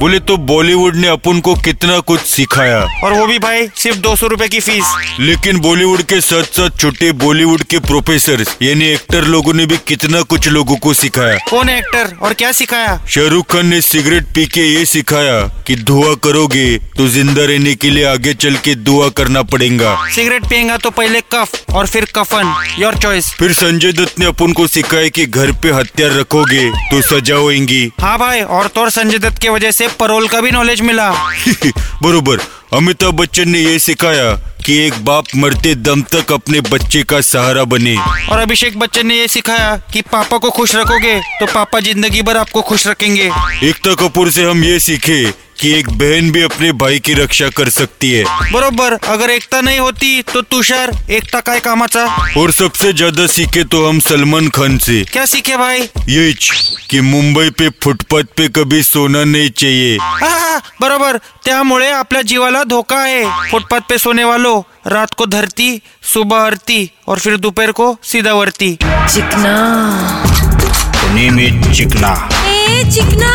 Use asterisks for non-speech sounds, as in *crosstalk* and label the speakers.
Speaker 1: बोले तो बॉलीवुड ने अपन को कितना कुछ सिखाया
Speaker 2: और वो भी भाई सिर्फ दो सौ रूपए की फीस
Speaker 1: लेकिन बॉलीवुड के साथ साथ छोटे बॉलीवुड के प्रोफेसर यानी एक्टर लोगों ने भी कितना कुछ लोगों को सिखाया
Speaker 2: कौन है एक्टर और क्या सिखाया
Speaker 1: शाहरुख खान ने सिगरेट पी के ये सिखाया कि दुआ करोगे तो जिंदा रहने के लिए आगे चल के दुआ करना पड़ेगा
Speaker 2: सिगरेट पिएगा तो पहले कफ और फिर कफन योर चॉइस
Speaker 1: फिर संजय दत्त ने अपन को सिखाया कि घर पे हथियार रखोगे तो सजा होगी
Speaker 2: हाँ भाई और तो और संजय दत्त की वजह से परोल का भी नॉलेज मिला
Speaker 1: *laughs* बरोबर अमिताभ बच्चन ने ये सिखाया कि एक बाप मरते दम तक अपने बच्चे का सहारा बने
Speaker 2: और अभिषेक बच्चन ने ये सिखाया कि पापा को खुश रखोगे तो पापा जिंदगी भर आपको खुश रखेंगे
Speaker 1: एकता कपूर से हम ये सीखे कि एक बहन भी अपने भाई की रक्षा कर सकती है
Speaker 2: बरोबर अगर एकता नहीं होती तो तुषार एकता काय कामाचा
Speaker 1: और सबसे ज्यादा सीखे तो हम सलमान खान से
Speaker 2: क्या सीखे भाई *laughs*
Speaker 1: ये कि मुंबई पे फुटपाथ पे कभी सोना नहीं चाहिए
Speaker 2: हा, बरोबर त्यामुळे आपल्या जीवाला धोका आहे फुटपाथ पे सोने वालो रात को धरती सुबह हरती और फिर दोपहर को सीधा वरती
Speaker 3: Chikna
Speaker 4: the name is Chikna
Speaker 3: ए चिकना